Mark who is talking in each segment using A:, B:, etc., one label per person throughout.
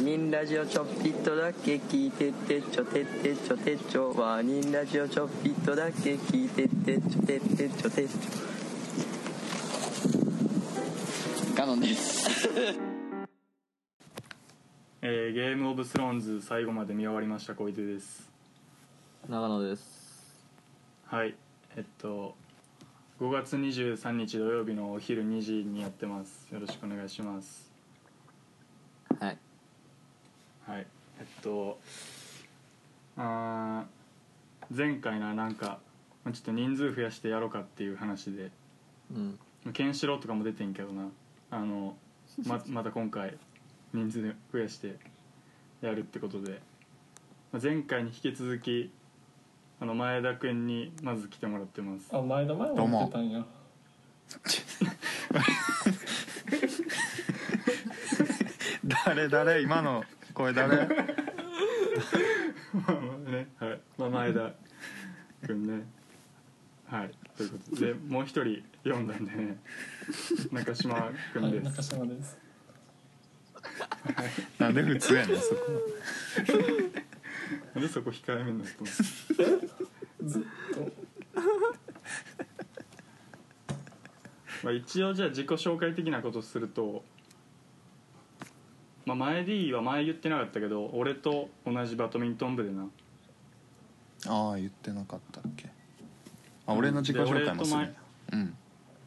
A: 人ラジオちょっぴっとだけ聞いてってちょてってちょてっちょワーニンラジオちょっぴっとだけ聞いてってちょてってちょてっちょ
B: ガノンです
C: えーゲームオブスローンズ最後まで見終わりました小出です
B: 長野です
C: はいえっと5月23日土曜日のお昼2時にやってますよろしくお願いします
B: はい
C: はいえっとあー前回ななんかまあちょっと人数増やしてやろうかっていう話で
B: うん
C: ケンシロウとかも出てんけどなあ のままた今回人数増やしてやるってことでまあ前回に引き続きあの前田君にまず来てもらってます
D: あ前田前も言ってたんや
E: 誰誰今の声誰
C: ねはいまあ、前田君ねはいということででもう一人読んだんでね中島
D: は
C: 君
D: い
C: で
D: 中
C: す
D: 島です
E: なんで普通やねんそこ
C: なんでそこ控えめになってます
D: ずっと
C: まあ、一応じゃあ自己紹介的なことすると、まあ、前 D は前言ってなかったけど俺と同じバドミントン部でな
E: ああ言ってなかったっけあ俺の自己紹介もするんや
C: で
E: うん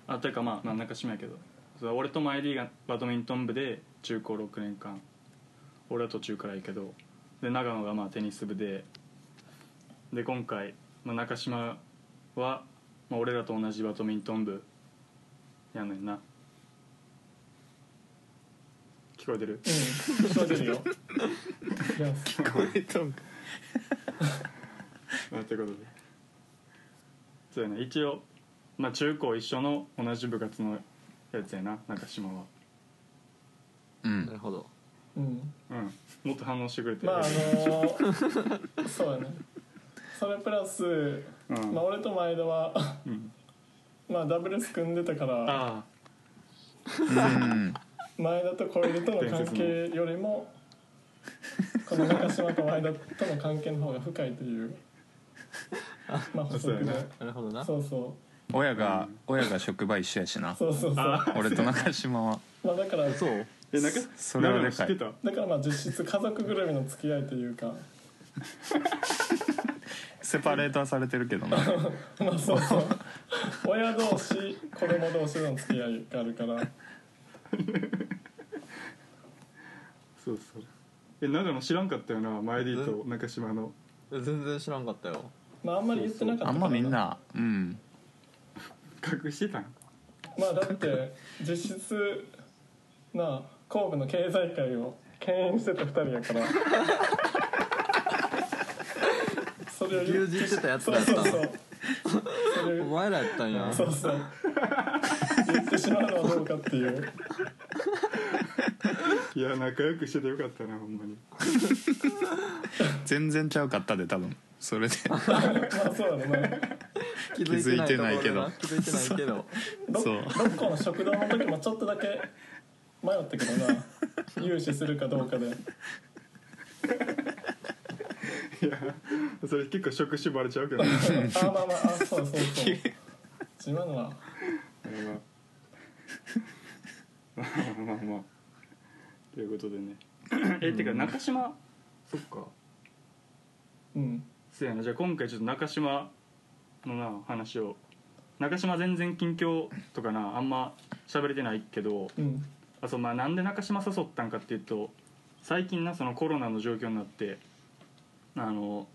C: あというかまあ真ん中島やけどそう俺と前 D がバドミントン部で中高6年間俺は途中からやけどで長野がまあテニス部でで今回、まあ、中島は、まあ、俺らと同じバドミントン部やねんな聞こえてる
D: うん聞こえてるよいや
C: まあ、ということでそうやな一応、まあ、中高一緒の同じ部活のやつやな中島は
E: う
B: なる
E: ん
B: ほど
D: うん
C: うんもっと反応してくれて
D: まああのーそうやねそれプラス、
C: うん
D: まあ、俺と前田は
C: うん
D: まあダブルス組んでたから
C: あ
E: うん
D: 前田と小出との関係よりもこの中島と前田との関係の方が深いというまあ補足で
C: そうや
B: なるほどな
D: そうそ
E: 親が親が職場一緒やしな
D: うそうそうそうま
C: あ
E: 俺と中島は
D: あだから
B: そう
C: えなんか
E: それはでかい
C: 知ってた
D: だからまあ実質家族ぐるみの付き合いというか
E: セパレートはされてるけどな
D: まあそうそう 親同士子供同士の付き合いがあるから
C: そうそうえ長野知らんかったよな前 D と中島の
B: 全然知らんかったよ
D: まああんまり言ってなかったか
E: あ
D: ら
E: んまみんなうん
C: 隠してたん
D: まあだって実質なあ神戸の経済界を牽引してた二人やから それを
B: 牛
D: 言
B: 耳ってたやつ
D: そう
B: だっ
D: そうそ
B: た
D: うそれ
B: お
D: を
B: 前らやったんや
D: そうそう言ってしまうのはどうかっていう
C: いや仲良くしててよかったなほんまに
E: 全然ちゃうかったで多分それで
D: まあそうだね
B: 気
E: づいてないけど
B: 気づいてないけど
E: そう
D: 6個の食堂の時もちょっとだけ迷ったけどな融資するかどうかで
C: いやそれ結構職種バレちゃうけどな
D: あまあまあまあそうそうそう今のは
C: まあまあまあまあまあということでねえてか中島そっか
D: うん
C: そうやなじゃあ今回ちょっと中島のな話を中島全然近況とかなあんま喋れてないけど
D: うん
C: あそうまあなんで中島誘ったんかっていうと最近なそのコロナの状況になってあの、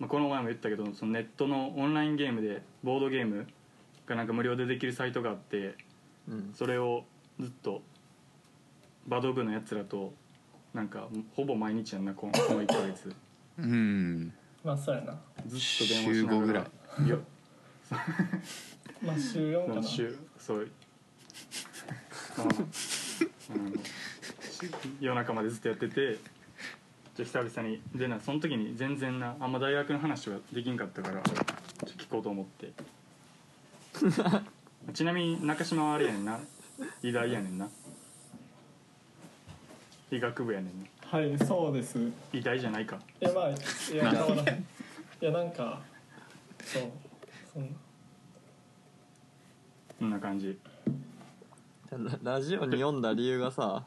C: まあ、この前も言ったけどそのネットのオンラインゲームでボードゲームがなんか無料でできるサイトがあって
B: うん
C: それをずっとバド部のやつらとなんかほぼ毎日やんなこのこの1ヶ月。
E: うん
D: まあそうやな
C: ずっと電話しな
E: 週五ぐ
C: が
E: ら
C: らいや
D: まあ週4かな
C: 週そう あうん夜中までずっとやっててじゃあ久々にでなその時に全然なあんま大学の話はできんかったからちょっと聞こうと思って ちなみに中島はあれやねんな医大やねんな医学部やねんね
D: はいそうですい
C: 医大じゃないか
D: やまあいや変わらないいやなんかそうそん
C: こんな感じ
B: ララジオに読んだ理由がさ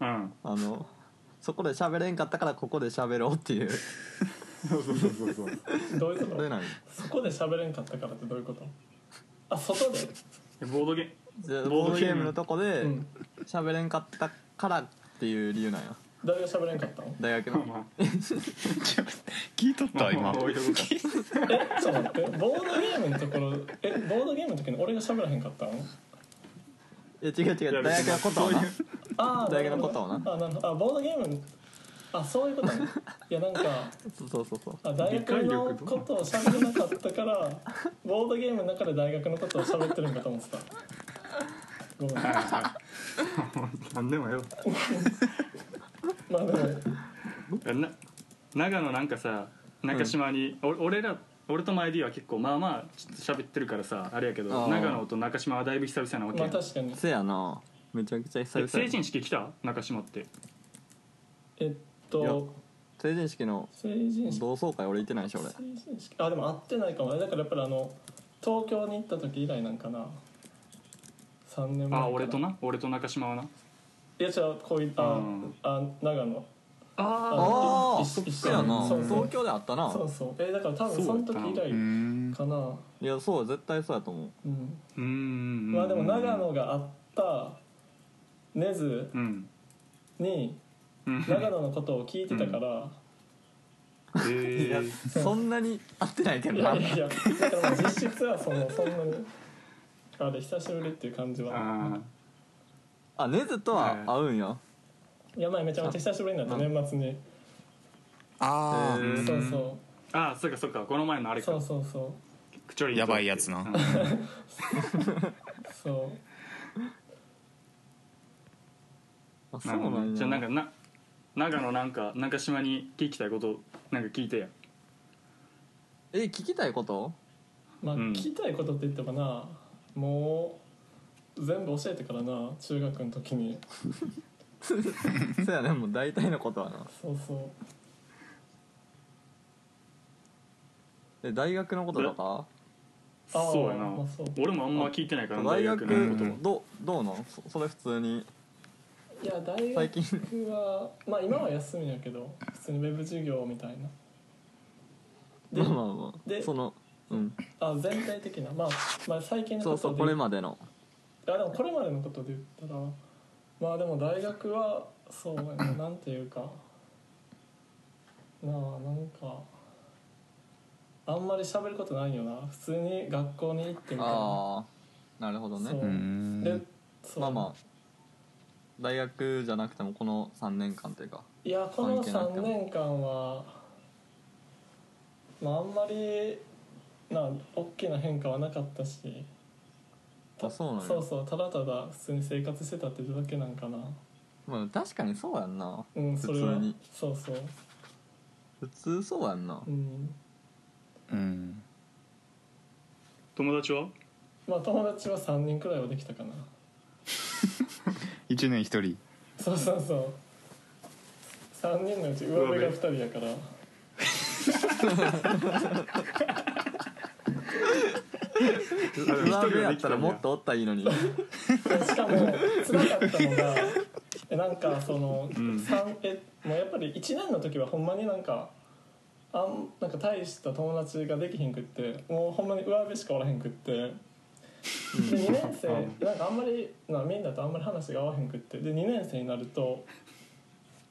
C: うん
B: あのそこで喋れんかったからここで喋ろうっていう
C: そうそうそうそうそう
D: どういうこ
B: そ
D: と
B: れなん
D: そこで喋れんかったからってどういうことあ外で、
C: で ボードゲ
B: じゃあボードゲームのとこで
D: うん、
B: 喋れんかったからっていう理由なんや
D: 誰が喋れんかったの
B: 大学
C: ーム
B: の
C: まあ
E: 聞いとっ
C: ま
E: た
C: あま
E: 今
C: あ置いとこうか
D: えちょっと待ってボードゲームのところえボードゲームの時に俺が喋らへんかったの
B: いや違う違う 大学のことはな
D: ああ
B: 大学のことをな
D: あなるほどあボードゲームあそういうことねいやなんか
B: そうそうそうそう
D: あ大学のことを喋れなかった からボードゲームの中で大学のことを喋ってるんかと思ってたごめんま
C: 何でもよ
D: あでも
C: な長野なんかさ中島に、お俺ら俺と前 D は結構まあまあちょっと喋ってるからさあれやけど
B: あー
C: 長野と中島はだいぶ久々なわけ
D: ま
C: や
D: あ
C: ん、
D: 確かに
B: せやなめちゃくちゃ久
C: え
B: 々
C: 成
B: や
C: 人式来た中島って
D: えっ
B: いや
D: と
B: 成人式の
D: 成人式
B: 同窓会俺行ってないでしょ俺
D: 成人式あでも会ってないかもねだからやっぱりあの東京に行った時以来なんかな3年前か
C: あ俺とな俺と中島はない
D: や違うこういあ
C: うん
D: あ長野
C: あ
B: ああ
D: 一緒
B: そっやな
D: そうそう
B: 東京であったな
D: そうそうえだから多分その時以
E: う
D: 来
E: ーん
D: かな、
B: いやそう絶対そうやと思う
D: うん、
C: うーん
D: まあでも長野があった根津
C: うん
D: に
C: うん
D: 長野のことを聞いてたから、
C: えー
B: いやそんなに合ってないけ
D: い
B: ど
D: や
B: ない
D: やいやだからもう実質はそのそんなにあれ久しぶりっていう感じは
C: あ
B: あネズとは合うんや
D: いやばいめちゃめちゃ久しぶりになって年末に
E: あ
C: うん
D: そうそ
C: ーあーそうかそうかこの前のあ
D: う
C: れ
D: そ
C: か
D: うそうそう
C: クチョリ
E: あ
C: ンと
E: やばいやつな
D: そう
B: あ
C: な
B: そ
C: るほど
B: うなんや
C: じゃあなんかな長野なんか中島に聞きたいことなんか聞いてや
B: え聞きたい こと
D: まあ、
C: うん
D: 聞きたいことって言ってもなもう全部教えてからな中学の時に
B: そうやねもう大体のことはな
D: そうそう
B: え大学のこととか
D: あー
C: そうやな
D: まあそう
C: 俺もあんま聞いてないから
B: 大学
C: のこと
B: どうどうなんそそれ普通に
D: いや大
B: 最
D: 学
B: 近
D: はまあ今は休みやけど普通にウェブ授業みたいなで
B: まあまあまあ
D: で
B: そのうん
D: あ全体的なまあ、まあ、最近の
B: そ
D: こ
B: うそ
D: と
B: う
D: で
B: これまでの
D: あでもこれまでのことで言ったらまあでも大学はそうや ななんていうかなあなんかあんまり喋ることないよな普通に学校に行ってみたいな
B: ああなるほど
D: そう
E: うー
B: ね
D: で
E: ん
D: そう
B: まあまあ大学じゃなくてもこの3年間というか
D: いやこの
B: 関係なく
D: 3年間はまああんまりな大きな変化はなかったし
B: あそうなんや
D: そうそうただただ普通に生活してたってだけなんかな
B: まあ確かにそうやんな
D: うん
B: 普
D: そ
B: 通
D: れは
B: に
D: そうそう
B: 普通そうやんな
D: うん
E: うん
C: 友達は
D: まあ友達は3人くらいはできたかな
E: 1年1人
D: そうそうそう3人のうち上辺が2人やから
B: 上辺やったらもっとおったらい いのに
D: でしかも辛かったのがえなんかその、三えもうやっぱり1年の時はほんまになんかあんなんか大した友達ができひんくってもうほんまに上辺しかおらへんくってで2年生なんかあんまりなみんなとあんまり話が合わへんくってで2年生になると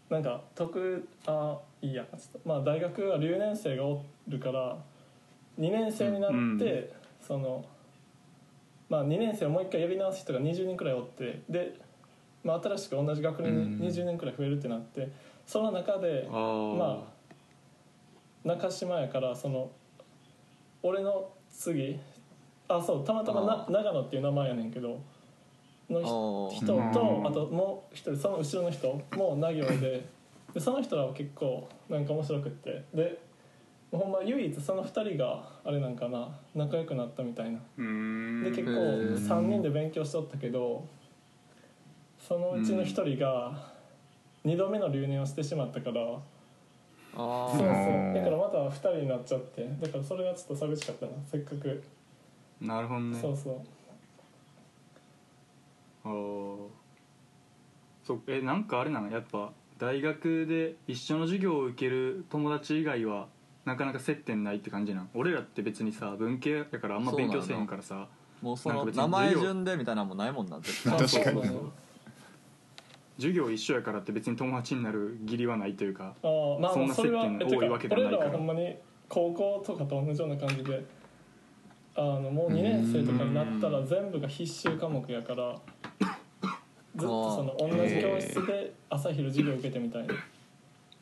D: なんか特あいいやちょっとまあ大学は留年生がおるから2年生になって、
C: うん
D: そのまあ、2年生をもう一回やり直す人が20人くらいおってで、まあ、新しく同じ学年に20人くらい増えるってなって、その中で
C: ああ
D: まあ中島やからその俺の次あそうたまたまな
B: あー
D: 長野っていう名前やねんけどの
B: あ
D: 人
B: ー
D: 人と
C: うん
D: あともう一人その後ろの人もうな行ででその人らは結構なんか面白くってでほんま唯一その2人があれなんかな仲良くなったみたいな。
C: うーん
D: で結構
B: へー
D: 3人で勉強しとったけどそのうちの1人が2度目の留年をしてしまったから
B: あ
D: そうそう
B: あ
E: ー
D: だからまた2人になっちゃってだからそれがちょっと寂しかったなせっかく、
C: なるほどね
D: そうそう
C: あーそうえなんかあれなのやっぱ大学で一緒の授業を受ける友達以外はなかなか接点ないって感じなん俺らって別にさ文系だからあんま勉強せえへんからさ
B: もうそ
C: なん
B: の
C: か別に
B: 名前順でみたいなのもないもんな絶対
E: 確か
D: そう
E: に
D: そう
E: ね
D: そう
C: 授業一緒やからって別に友達になる義理はないというか
D: あーまあ
C: そ
D: ま
C: ん
D: あ
C: な
D: それは
C: 接点が
D: えて
C: 多いわけではないから
D: 俺らはほんまに高校とかと同じような感じであのもう2年生とかになったら全部が必修科目やからずっとその同じ教室で朝昼授業受けてみたいな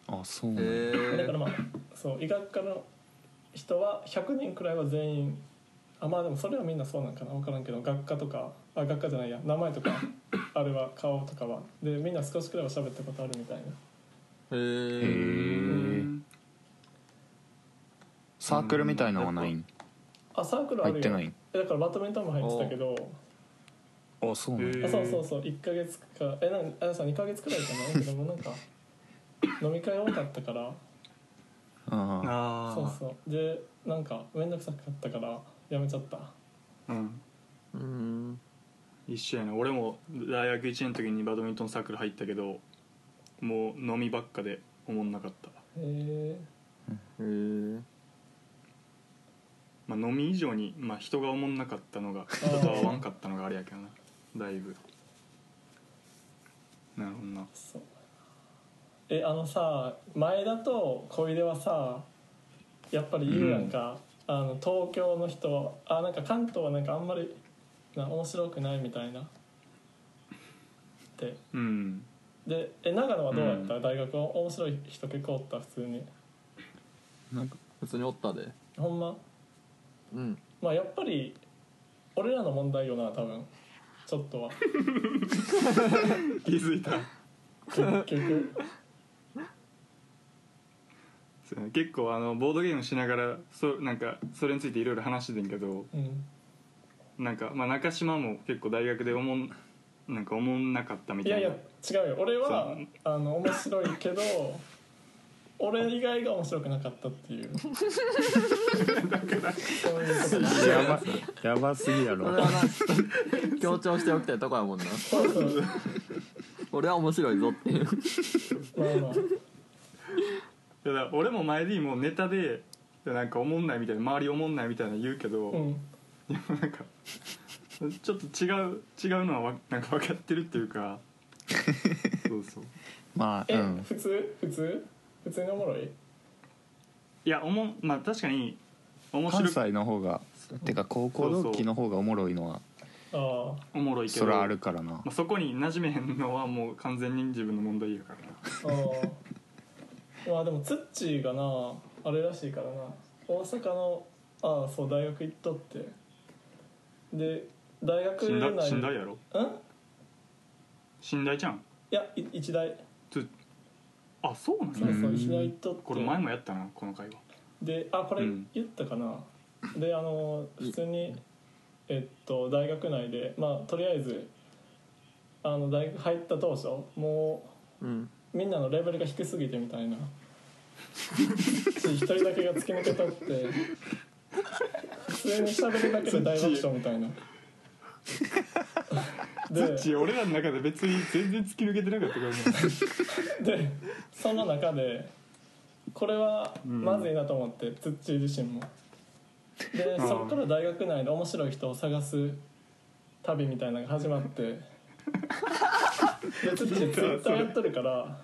E: あそうなんだ、
B: え
D: だから
B: ー、
D: まあそう医学科の人は100人くらいは全員あまあでもそれはみんなそうなんかな分からんけど学科とかあ学科じゃないや名前と かあれは顔とかはでみんな少しくらいは喋ったことあるみたいな
B: え
E: へ
B: ー、
E: ーサークルみたいのはないん
D: あサークルある
E: 入
D: よ
E: ってないん
D: えだからバドミントンも入ってたけど
E: あそうなんだ、
D: あそうそうそう1ヶ月かえなんあやさん2ヶ月くらいかなけどもうなんか飲み会多かったから
E: あ
C: ああ
D: そうそうでなんか面倒くさかったからやめちゃった
C: うん
B: うん
C: 一緒やな俺も大学1年の時にバドミントンサークル入ったけどもう飲みばっかで思んなかった、
D: へえ
B: へえー、
C: まあ、飲み以上に、まあ、人が思んなかったのが人と合わんかったのがあれやけどなだいぶなるほどな
D: そうえあのさ前田と小出はさやっぱり言うやんか、あの東京の人あなんか関東はなんかあんまりな面白くないみたいなって
C: うん
D: でえ長野はどうやった、
C: うん
D: 大学は面白い人結構おった普通に
E: なんか
B: 普通におったで
D: ほんま
B: うん
D: まあやっぱり俺らの問題よな多分ちょっとは
C: 気づいた
D: 結局
C: そうやな結構あのボードゲームしながらそなんかそれについていろいろ話してんけど
D: うん
C: なんか、まあ、中島も結構大学で思んなんか思んなかったみ
D: い
C: たい
D: や
C: ない
D: や違うよ俺は
C: そう
D: あの面白いけど 俺以外が面白くなかったってい うそういうことだ
E: やばやばすぎや
B: それ
E: ろ
B: はな強調しておきたいとこやもんな
D: そうそう
B: 俺は面白いぞっていう
D: まあまあ
C: いやだから俺も前にもネタでいやなんか思んないみたいな周り思んないみたいな言うけど、
D: う
C: い
D: ん
C: やなんかちょっと違う違うのはわなんか分かってるっていうかそうそう
E: まあ
D: え、
E: うん
D: 普通普通普通におもろい
C: いやおもんまあ確かに面白い
E: 関西の方がてか高校同期の方がおもろいのは
D: あ
C: おもろいけ
E: そ
C: ど
E: らあるからな
C: まあ、そこに馴染めへんのはもう完全に自分の問題やからな
D: あ ああまあでもツッチーがなあれらしいからな大阪のああそう大学行っとってで大学
C: 死ん
D: 内
C: だ
D: に
C: 死んだやろ
D: うん
C: 死んだじゃん
D: いやい一大
C: つあそうなん
D: そう
C: や、
D: そううん一大行っとって
C: これ前もやったなこの会話
D: であこれ
C: うん
D: 言ったかな、であの普通にえっと大学内でまあとりあえずあの大学入った当初も
B: うん
D: うみんなのレベルが低すぎてみたいな一人だけが突き抜けとって普通に喋るだけで大爆笑みたい なで
C: ち俺らの中で別に全然突き抜けてなかったからね
D: でその中でこれはまずいなと思って、ツッチー自身もで
C: うん
D: そこから大学内で面白い人を探す旅みたいなのが始まってでツッチーツイッターやっとるから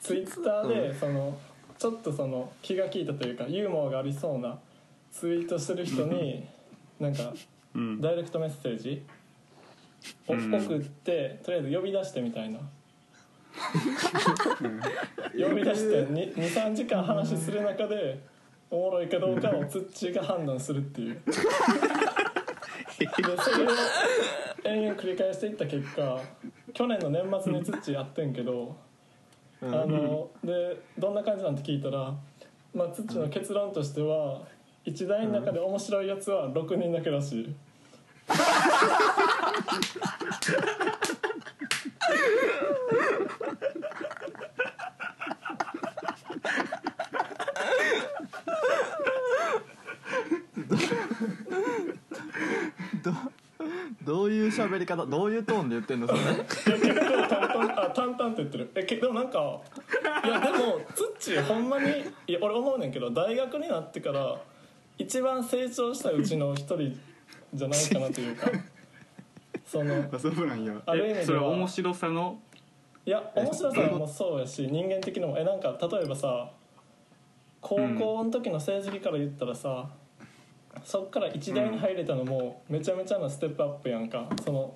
D: ツイッターでそのちょっとその気が利いたというかユーモアがありそうなツイートしてる人になんか
C: うん
D: ダイレクトメッセージを
C: うん
D: 送ってとりあえず呼び出してみたいな呼び出して23時間話する中でおもろいかどうかをツッチーが判断するっていうでそれを延々繰り返していった結果去年の年末にツッチーやってんけどあのでどんな感じなんて聞いたら、まあ、ツッチーの結論としては一台の中で面白いやつは6人だけらしい。
B: 喋り方どういうトーンで言ってんのそれ
D: 結構淡々あ淡々って言ってるえけでもなんかいやでもツッチーほんまにいや俺思うねんけど大学になってから一番成長したうちの一人じゃないかなというかその
C: あそうなんや
D: ある意味で
C: え
D: は
C: それは面白さの
D: いや面白さもそうやし人間的にもえなんか例えばさ高校の時の成績から言ったらさ、そっから一大に入れたのもめちゃめちゃなステップアップやんかその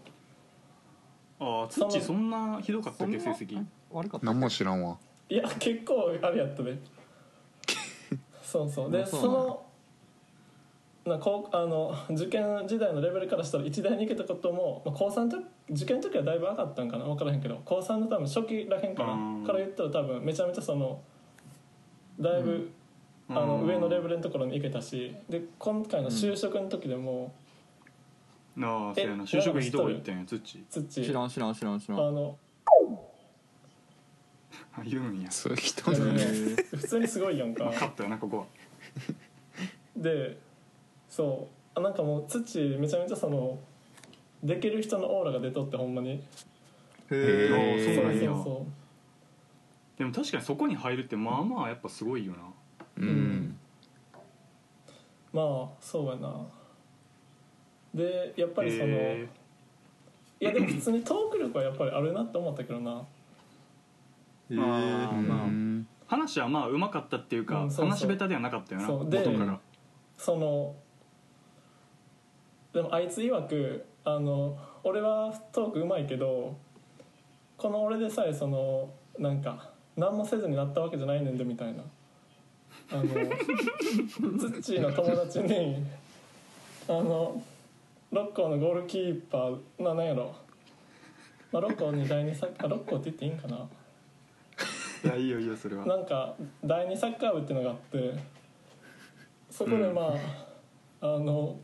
C: ああツッチーそんなひどかったっけ
B: そ
C: 成
B: んな
C: 績
B: 悪かった
E: 何も知らんわ
D: いや結構あれやったねそうそうで
B: あ
D: そ
B: そう
D: のな高あの受験時代のレベルからしたら一大に行けたことも、まあ、高3と受験の時はだいぶ上がったんかな分からへんけど高3の多分初期らへんか
C: あ
D: な
C: ー
D: から言ったら多分めちゃめちゃそのだいぶ、あの
C: うん
D: 上のレベルのところに行けたしで今回の就職の時でも、
C: なあそうやな
D: え
C: 就職いいとこ行ったんやツッチ
D: ツッチ
B: 知らん知らん知らん知
D: あ
B: らん
D: の
C: あ言うんや
E: そういう人
D: いやいやいや
B: へえ
D: 普通にすごいやんか
C: まあ勝ったよなここは
D: でそうあなんかもう土めちゃめちゃそのできる人のオーラが出とってほんまに
B: へ
C: えー
D: そう
C: いい
D: そ
C: な
D: うそ
C: でも確かにそこに入るってまあまあやっぱすごいよな
E: うん
D: うまあそうやなでやっぱりその、
C: え
D: いやでも普通にトーク力はやっぱりあるなって思ったけどな
B: え
C: まあ
E: う
C: まあ
E: ん
C: 話はまあうまかったっていうか、
D: うんそうそう
C: 話下手ではなかったよな
D: そう
C: 元
D: で
C: から
D: そのでもあいつ曰くあの俺はトークうまいけどこの俺でさえそのなんか何もせずになったわけじゃないねんでみたいなあのツッチーの友達にあの六甲のゴールキーパーななんやろ、まあ、六甲に第二サッカー六甲って言っていいんかない
C: やいいよいいよそれ
D: な
C: は
D: んか第二サッカー部っていうのがあってそこでまあ、あの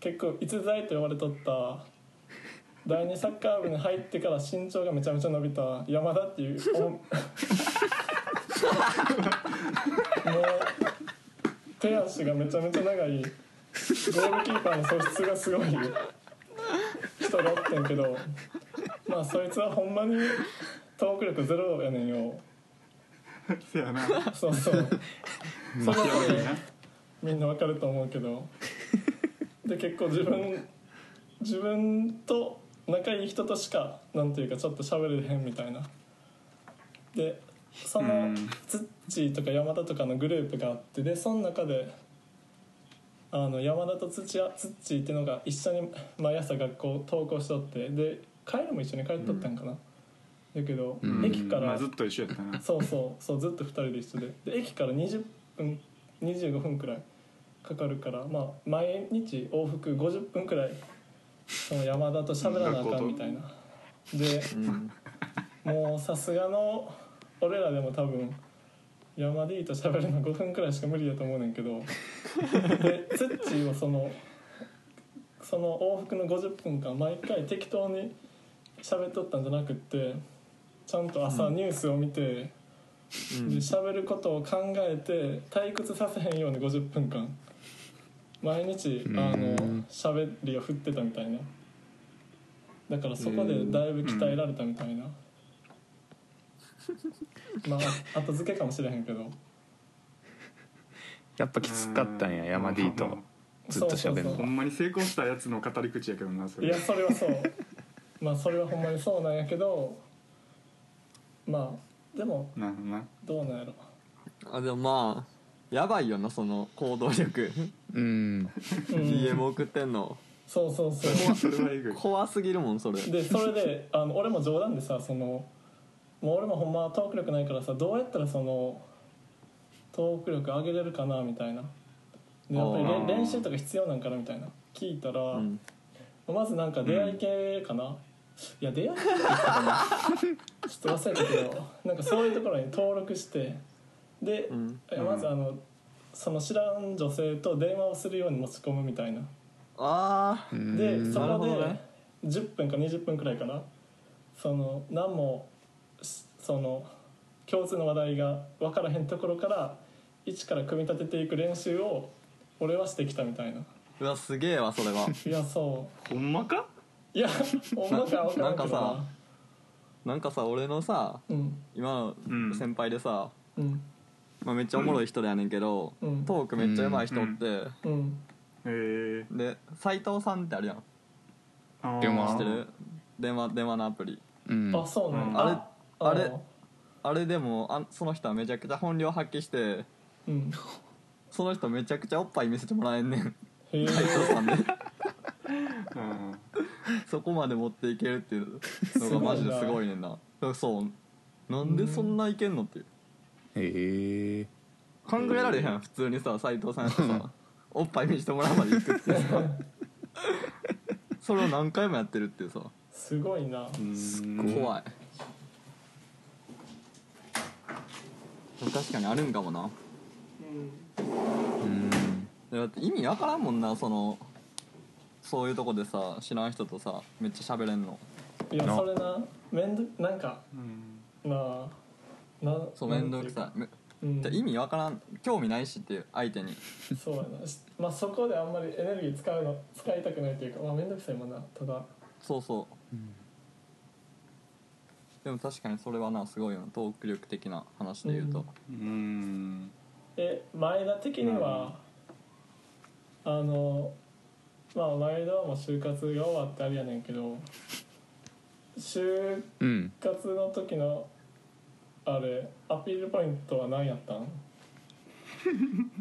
D: 結構逸材と呼ばれとった第二サッカー部に入ってから身長がめちゃめちゃ伸びた山田っていうおもう手足がめちゃめちゃ長いゴールキーパーの素質がすごい人がおってんけどまあそいつはほんまにトーク力ゼロやねんよ。
C: せやなや
D: そ うそう。それは
C: ばいな
D: みんなわかると思うけど。で結構自分自分と仲いい人としかなんていうかちょっと喋れへんみたいな。でその
C: うん
D: ツッチーとか山田とかのグループがあってでその中で。あの山田と土屋ツッチーっていうのが一緒に毎朝学校登校しとってで帰るも一緒に帰っとったんかな、だけど、
E: うん
D: 駅から、
C: まあ、ずっと一緒やったな
D: そうそうそうずっと2人で一緒でで駅から20分25分くらいかかるからまあ毎日往復50分くらいその山田と喋らなあかんみたいなで
B: うん
D: もうさすがの俺らでも多分山 D と喋るの5分くらいしか無理だと思うねんけどでツッチーはそのその往復の50分間毎回適当に喋っとったんじゃなくってちゃんと朝ニュースを見て、
B: うん
D: で喋ることを考えて退屈させへんように50分間毎日
E: うん
D: あの喋りを振ってたみたいなだからそこでだいぶ鍛えられたみたいな、まあ後付けかもしれへんけど
E: やっぱきつかったんや山 D とずっと喋る
D: そう
E: の
D: そ
C: ほ
E: が
C: んまに成功したやつの語り口やけどなそ
D: い
C: れ
D: やそれはそうまあそれはほんまにそうなんやけどまあでも
C: なるほどな
D: ど うなんやろ
B: あでもまあやばいよなその行動力
E: うん
B: DM 送ってんの
D: そうそうそう
C: それはえぐい
B: 怖すぎるもんそれ
D: でそれであの俺も冗談でさそのもう俺もほんまトーク力ないからさどうやったらそのトーク力上げれるかなみたいなでやっぱり
B: あ
D: れ
C: ー
D: 練習とか必要なんかなみたいな聞いたら、
B: うん
D: まずなんか出会い系かな、いや出会い系って言ってたなちょっと忘れたけどなんかそういうところに登録してで、
B: うん
D: えまずあのその知らん女性と電話をするように持ち込むみたいな
B: ああ
D: で
E: うん
D: そ
B: な
D: こ
B: るほど
D: で
B: ね
D: 10分か20分くらいかなその何もしその共通の話題が分からへんところから一から組み立てていく練習を俺はしてきたみたいないう
B: わすげえわそれは
D: やそ
C: ほんまか
D: う いやほんまか分からんけど
B: なんかさなんかさ俺のさ
D: うん
B: 今
C: う
B: の
C: ん
B: 先輩でさ、
D: うん
B: まあ、めっちゃおもろい人でやねんけど、
D: うん
B: トークめっちゃ上手い人って、
D: うん
C: え
B: で斎藤さんってあるやん
C: ー、
E: 電話
B: 知ってる電話電話のアプリ
E: うん
D: あそうなんや
B: あれあれ
D: の
B: あれでもあその人はめちゃくちゃ本領発揮して
D: うん
B: その人めちゃくちゃおっぱい見せてもらえん ねん
D: へえ
B: 斎藤さんね
C: うん
B: そこまで持っていけるっていうのがマジですごいね んなそうなんでそんないけんのっていう
E: へえ
B: 考えられへん普通にさ斎藤さんやったらさおっぱい見せてもらうまで行くってさそれを何回もやってるっていうさ
D: すごいな
B: 怖い確かにあるんかもな
E: うん
B: だって意味わからんもんなそのそういうとこでさ知らん人とさめっちゃ喋れんの
D: いや
E: な
D: それなめんどなんか
C: うん
D: なあな
B: そう面倒くさいめ
D: い、うん
B: じゃあ意味わからん興味ないしっていう相手に
D: そうやなしまあそこであんまりエネルギー使うの使いたくないというかまあ面倒くさいもんなただ
B: そうそう、でも確かにそれはなすごいよなトーク力的な話で言うと、
C: うん
D: え前田的には、あのまあ前田はもう就活が終わってあれやねんけど就
E: うん
D: 活の時のあれアピールポイントは何やったん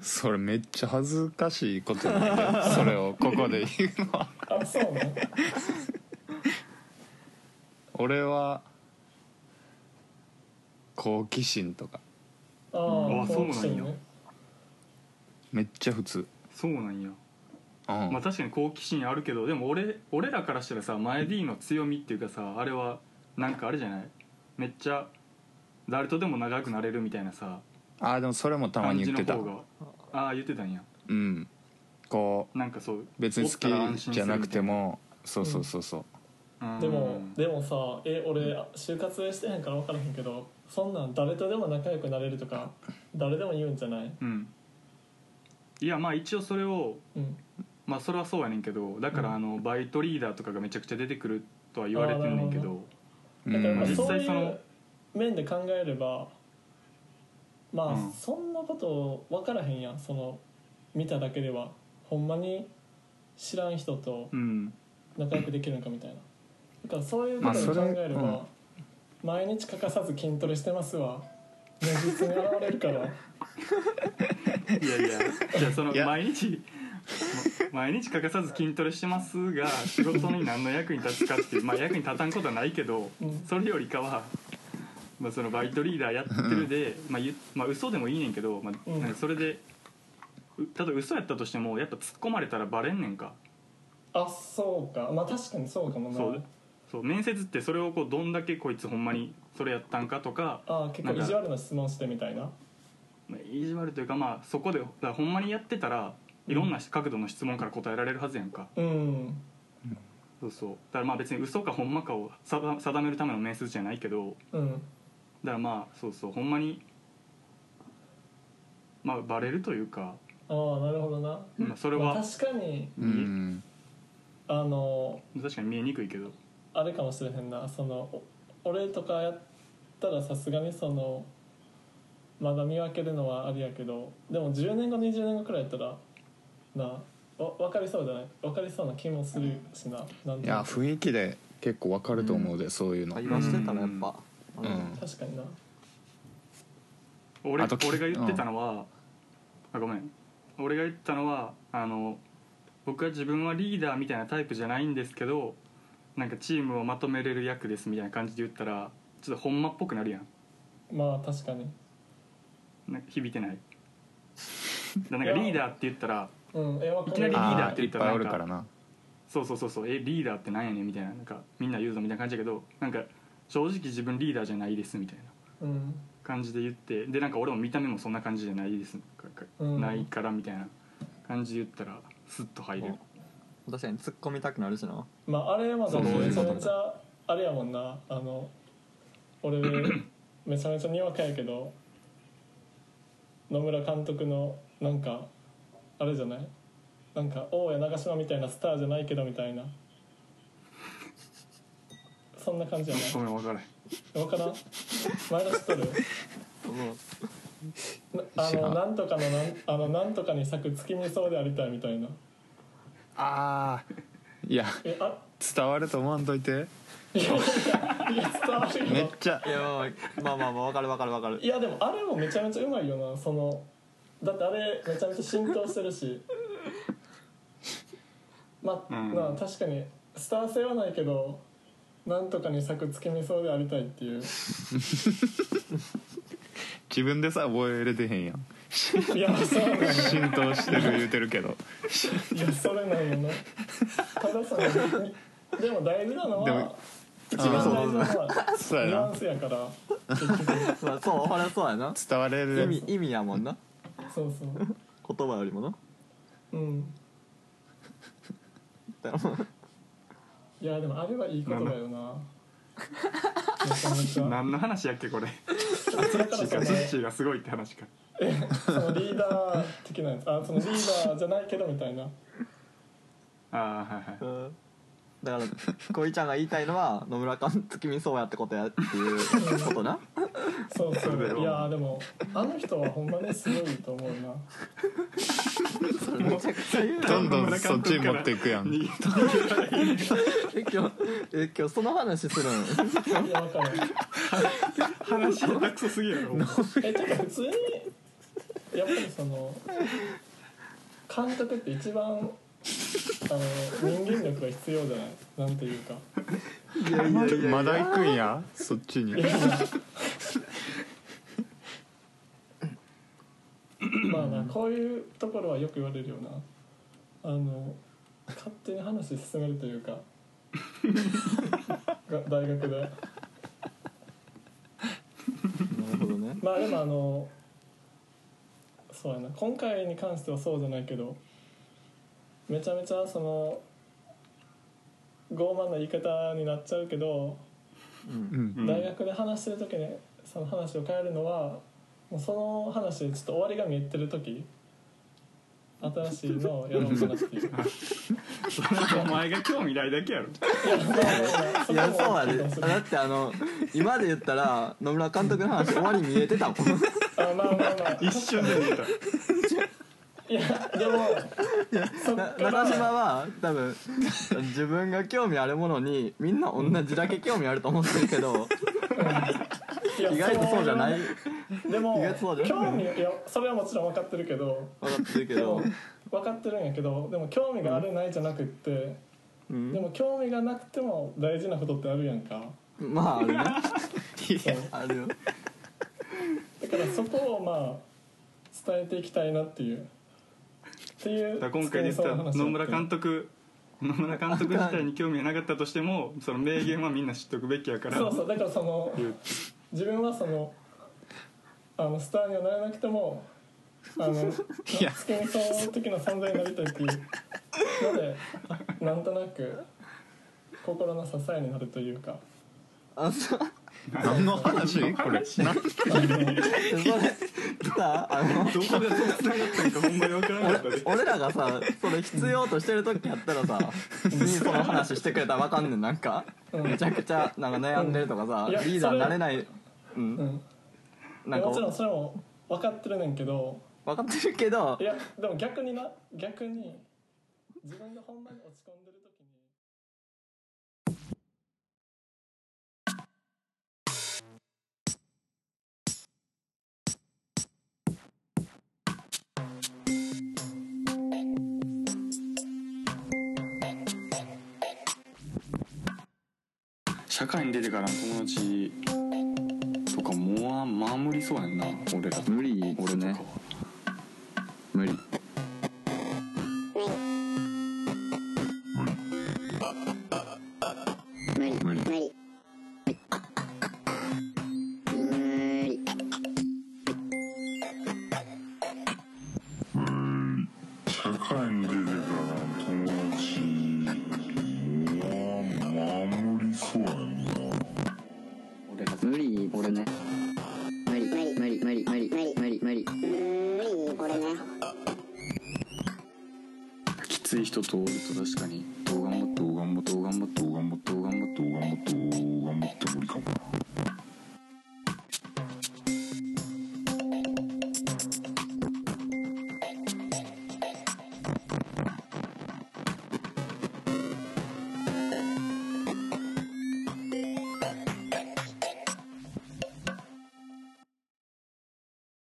E: それめっちゃ恥ずかしいことなんでそれをここで言うのは
D: あそう ね
E: 俺は好奇心とか
D: あー
C: あそうなんや
D: 好奇心ね
E: めっちゃ普通
C: そうなんや
E: うん、
C: まあ確かに好奇心あるけどでも俺俺らからしたらさ前 D の強みっていうかさあれはなんかあれじゃないめっちゃ誰とでも長くなれるみたいなさ
E: あーでもそれもたま
C: 感
E: に
C: じ
E: 言っ
C: の
E: てた
C: 方がああ言ってたんや
E: うんこう
C: なんかそう
E: 別に好
C: おったら安
E: き
C: 心
E: じ
C: す
E: ゃ
C: る
E: なくてもそうそうそうそう、
C: みたいな
D: でも
C: うん
D: でもさえ俺就活してへんから分からへんけどそんなん誰とでも仲良くなれるとか誰でも言うんじゃない
C: うんいやまあ一応それを
D: うん
C: まあそれはそうやねんけどだからあのバイトリーダーとかがめちゃくちゃ出てくるとは言われてんねんけ
D: あーなるほ
C: ど
E: う
D: だからまあ
E: ん
C: 実
D: そう
C: 際
D: い
C: そうの
D: 面で考えればま
C: うん
D: あそんなこと分からへんやんその見ただけではほんまに知らん人と
C: うん
D: 仲良くできるのかみたいなだからそういうことを考えれ
E: まあ
D: ば毎日欠かさず筋トレしてますわ現実に現れるから
C: い やいやじゃあその
E: いや
C: 毎日ま毎日欠かさず筋トレしてますが仕事に何の役に立つかっていうまあ役に立たんことはないけど
D: うん
C: それよりかは、まあ、そのバイトリーダーやってるで、まあ、ゆまあ嘘でもいいねんけど、まあ、
D: うん
C: なんかそれでうただ嘘やったとしてもやっぱ突っ込まれたらバレんねんか
D: あそうかまあ確かにそうかもな
C: そうそう面接ってそれをこうどんだけこいつほんまにそれやったんかとか
D: ああ結構意地悪な質問してみたいな
C: まあ意地悪というかまあそこでだからほんまにやってたらいろんな角度の質問から答えられるはずやんか。
D: うん
C: そうそうだからまあ別に嘘かほんまかを定定めるための面接じゃないけど
D: うん
C: だからまあそうそうほんまにまあバレるというか、
D: ああなるほどな、
C: まあ、それ
D: ま
C: は、
D: あ確かに
E: うん
D: あの
C: 確かに見えにくいけど
D: あれかもしれへんなそのお俺とかやったらさすがにそのまだ見分けるのはありやけどでも10年後20年後くらいやったらなわ分かりそうじゃない分かりそうな気もするしななん
E: い
D: と
E: や
D: なく
E: 雰囲気で結構わかると思うで、そういうの、
B: 会話してたらやっぱ、
E: ん
B: あの
E: うん
D: 確かにな
C: 俺
E: あとき
C: 俺が言ってたのは、あごめん俺が言ってたのはあの僕は自分はリーダーみたいなタイプじゃないんですけどなんかチームをまとめれる役ですみたいな感じで言ったらちょっとほんまっぽくなるやん
D: まあ確かに
C: なんか響いてないだからなんかリーダーって言ったら
D: うんえ分か
C: いきなり
D: る
C: リーダー
E: あ
C: って
E: ー
C: 言
E: いっ
C: った
E: ぱ
C: らなん
E: いお
C: か
E: るからな
C: そうそうそうそうえリーダーってなんやねんみたいななんかみんな言うぞみたいな感じだけどなんか正直自分リーダーじゃないですみたいな
D: うん
C: 感じで言ってでなんか俺も見た目もそんな感じじゃないですかか
D: うん
C: ないからみたいな感じで言ったらスッと入る
B: 確かに突っ込みたくなるしな
D: まああれまだ
C: そうそう
D: めちゃめちゃあれやもんなあの 俺めちゃめちゃにわかやけど野村監督のなんかあれじゃないなんか大家長嶋みたいなスターじゃないけどみたいなそんな感じやな
C: ごめん分からへん
D: 分からん前田知っとる なあ
E: 知ら
D: の
E: ん
D: なんとかのなんあのなんとかに咲く月見草でありたいみたいな
E: ああいや
D: えあ
E: 伝わると思わんといて
D: いや伝わる
E: めっ
D: よ
E: ちゃ
B: いやまあまあまあわかるわかるわかる
D: いやでもあれもめちゃめちゃうまいよなそのだってあれめちゃめちゃ浸透してるしまあ、
C: うん
D: なあ確かにスター性はないけどなんとかに咲く月見草でありたいっていう
E: 自分でさ覚えれてへんやん
D: いやそうなんよ
E: 浸透してる言うて るけど
D: いやそれなんよなたださでも大事なの
E: で
D: は
E: も
D: 一番大事なのは
E: そう
D: ニ
E: や
D: ュア
E: な
D: ンスやから
B: まあそうあれそうやな
E: 伝われ
B: 意
E: る
B: 味意味やもんな
D: そうそう
B: 言葉よりもな
D: うん
B: だから
D: いやでもあれはいいことだよなめちゃめちゃ
C: 何の話やっけこれ
D: だから そ
C: ガ
D: の
C: チッチーがすごいって話か
D: そのリーダー的なやつあそのリーダーじゃないけどみたいな
C: ああはいはい
B: うんだから恋ちゃんが言いたいのは野村監月見そうやってことやっていうことな
D: そうそ
C: そうだよ
D: ういやでもあの人はほんまにすごいと思うな
B: めちゃくちゃ言うな
E: どんどんそっちに持っていくやん
C: 逃げた
B: え今日え今日その話するん
D: いやわかる
C: 話下手くそすぎる よ
D: えちょっと普通にやっぱりその監督って一番あの人間力が必要じゃないなんていうか
B: いやいやいや
E: まだ行くんやそっちに
D: まあなこういうところはよく言われるよなあの勝手に話進めるというか が大学で
B: なるほどね
D: まあでもあのそうやな今回に関してはそうじゃないけどめちゃめちゃその傲慢な言い方になっちゃうけど、
E: うん
D: 大学で話してる時にその話を変えるのはもうその話でちょっと終わりが見えてる時新しいのをやろうかなっていういや
C: それはお前が興味ないだけやろ
D: そ
B: い
D: こも
B: やそうや
D: 大きい
B: で
D: かもしれな
B: だ
D: い
B: ってあの今で言ったら野村監督の話終わり見えてたもん
D: あまあまあまあ
C: 一瞬で逃げた
D: いやでもそっ
B: な
D: か
B: 中島
D: ら
B: は多分自分が興味あるものにみんな同じだけ興味あると思ってるけ ど
D: いや
B: 意外とそうじゃない
D: でも
B: 意外とそうだよ
D: 興味いやそれはもちろん分かってるけど
B: 分かってるけ
D: でも
B: ど、
D: 分かってるんやけどでも興味があるないじゃなくって、
B: うん
D: でも興味がなくても大事なことってあるやんか
B: まああるね
D: そう
B: あるよ
D: だからそこをまあ伝えていきたいなっていうっていう
C: だから今回で言った
D: そういう話
C: 野村監督野村監督自体に興味がなかったとしてもその名言はみんな知っとくべきやから
D: そうそうだからその
C: 言う
D: 自分はそのあのスターにはなれなくてもあの
E: いや
D: スケミソ的な存在になりたいっていうのでなんとなく心の支えになるというか
B: あそう
E: 何の話これな
B: それさあの
C: どこがどう繋がったんかほんまに分からなかったで
B: 俺らがさそれ必要としてる時やったらさ別にその話してくれたらわかんねんなんか
D: うん
B: めちゃくちゃなんか悩んでるとかさ
D: いや
B: リーダーになれないうん
D: うんいや
B: なんか
D: もちろんそれも分かってるねんけど
B: 分かってるけど
D: いやでも逆にな逆に自分がほんまに落ち込んでる時に。
F: 社会に出てからの友達とかもうまあ無理そうやんな俺らとか
A: 無理です
F: 俺
A: ね
F: とかは
A: 無理
G: 社会に出てからの
H: 無理無理無理無理
G: 友達は守りそうやんな
F: 俺らと
A: 無理俺ね無理無理無理無理無理無理無理
H: 無理これね
F: きつい人とおると確かにどう頑張っても頑張っと頑張っと頑張っと頑張っと頑張っと頑張っと無理かもな